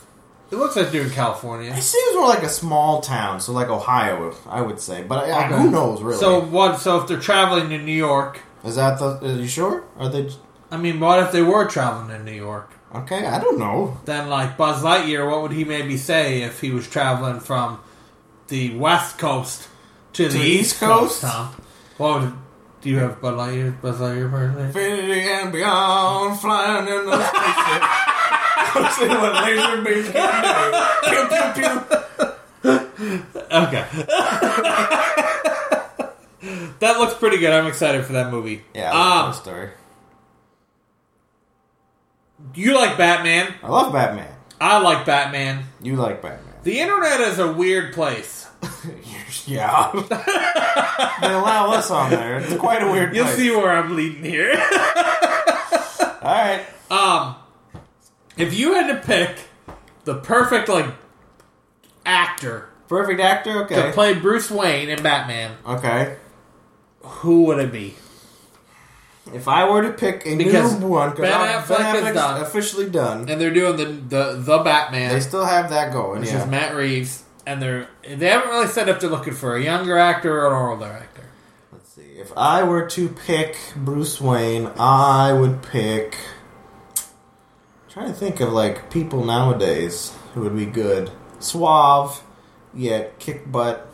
it looks like they're in California. it seems more like a small town, so like Ohio, I would say. But I, I, who knows, really? So what? So if they're traveling to New York, is that the? Are you sure? Are they? I mean, what if they were traveling to New York? Okay, I don't know. Then like Buzz Lightyear, what would he maybe say if he was traveling from the West Coast to, the East Coast? Tom? What would do you have Buzz Lightyear? Buzz Lightyear person? Infinity and beyond, flying in the spaceship. I'm seeing what laser beams can do. Pew, pew, pew. Okay. that looks pretty good. I'm excited for that movie. Yeah, I Um, love Toy Story. you like Batman? I love Batman. I like Batman. You like Batman. The internet is a weird place. yeah. they allow us on there. It's quite a weird You'll place. see where I'm leading here. All right. um, if you had to pick the perfect like actor Perfect actor? to Okay. play Bruce Wayne in Batman, Okay. who would it be? If I were to pick a Because new one, because Ben I'm- Ben Affleck is Affleck's done. officially done. And they're doing the the the Batman. They still have that going. which Yeah. is Matt Reeves, and they're they haven't really said if they're looking for a younger actor or an older actor. Let's see. If I were to pick Bruce Wayne, I would pick. I'm trying to think of like people nowadays who would be good. Suave, yet kick butt,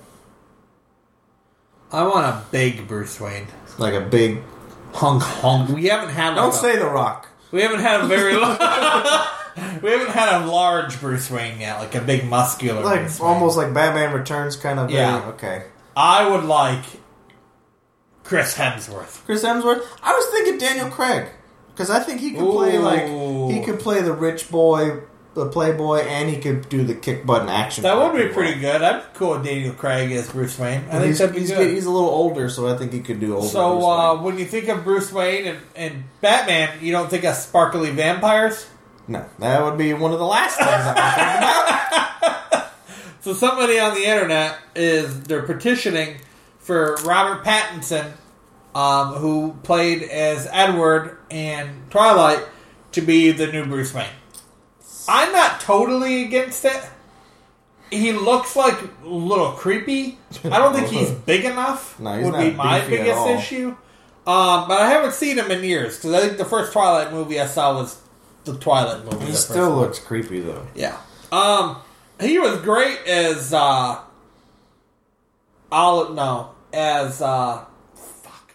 I want a big Bruce Wayne. like a big. Hung hung. We haven't had. like Don't a- say The Rock. We haven't had a very. lo- we haven't had a large Bruce Wayne yet, like a big muscular. Like Bruce Wayne. almost like Batman Returns kind of. Yeah. thing. Okay. I would like Chris Hemsworth. Chris Hemsworth. I was thinking Daniel Craig because I think he could play Ooh. like he could play the rich boy, the playboy, and he could do the kick butt and action. That would be pretty well. pretty good. I'd be cool with Daniel Craig as Bruce Wayne. I And think he's, that'd be he's, good. he's a little older, so I think he could do older. Bruce So uh, Wayne. when you think of Bruce Wayne and, and Batman, you don't think of sparkly vampires. no, that would be one of the last things. I would think. So somebody on the internet is they're petitioning for Robert Pattinson, um, who played as Edward in Twilight, to be the new Bruce Wayne. I'm not totally against it. He looks like a little creepy. I don't think he's big enough. No, he's would not be my beefy at biggest all. issue. Um, but I haven't seen him in years because I think the first Twilight movie I saw was the Twilight movie. the he first still one. looks creepy though. Yeah. Um, he was great as uh, I'll no as uh, fuck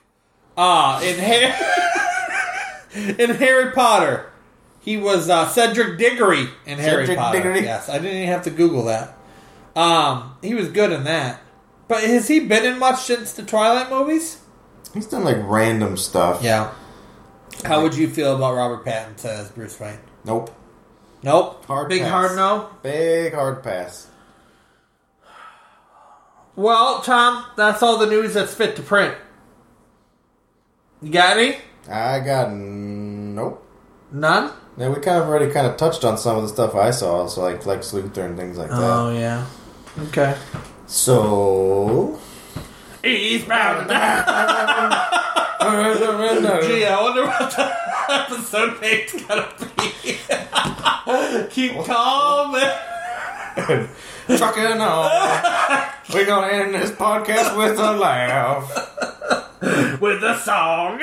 uh in Harry in Harry Potter. He was uh, Cedric Diggory in Harry Cedric Potter. Diggory. Yes, I didn't even have to Google that. Um, he was good in that. But has he been in much since the Twilight movies? He's done like random stuff. Yeah. How would you feel about Robert Pattinson as Bruce Wayne? Nope. Nope. Hard Big pass. hard no. Big hard pass. Well, Tom, that's all the news that's fit to print. You got any? I got n- nope. None? Now we kind of already kind of touched on some of the stuff I saw, so like Lex Luthor and things like that. yeah. Okay. So Eastbound and down. Gee, I wonder what the episode name's gonna be. Keep calm. Trucking on. We're going to end this podcast with a laugh. with a song.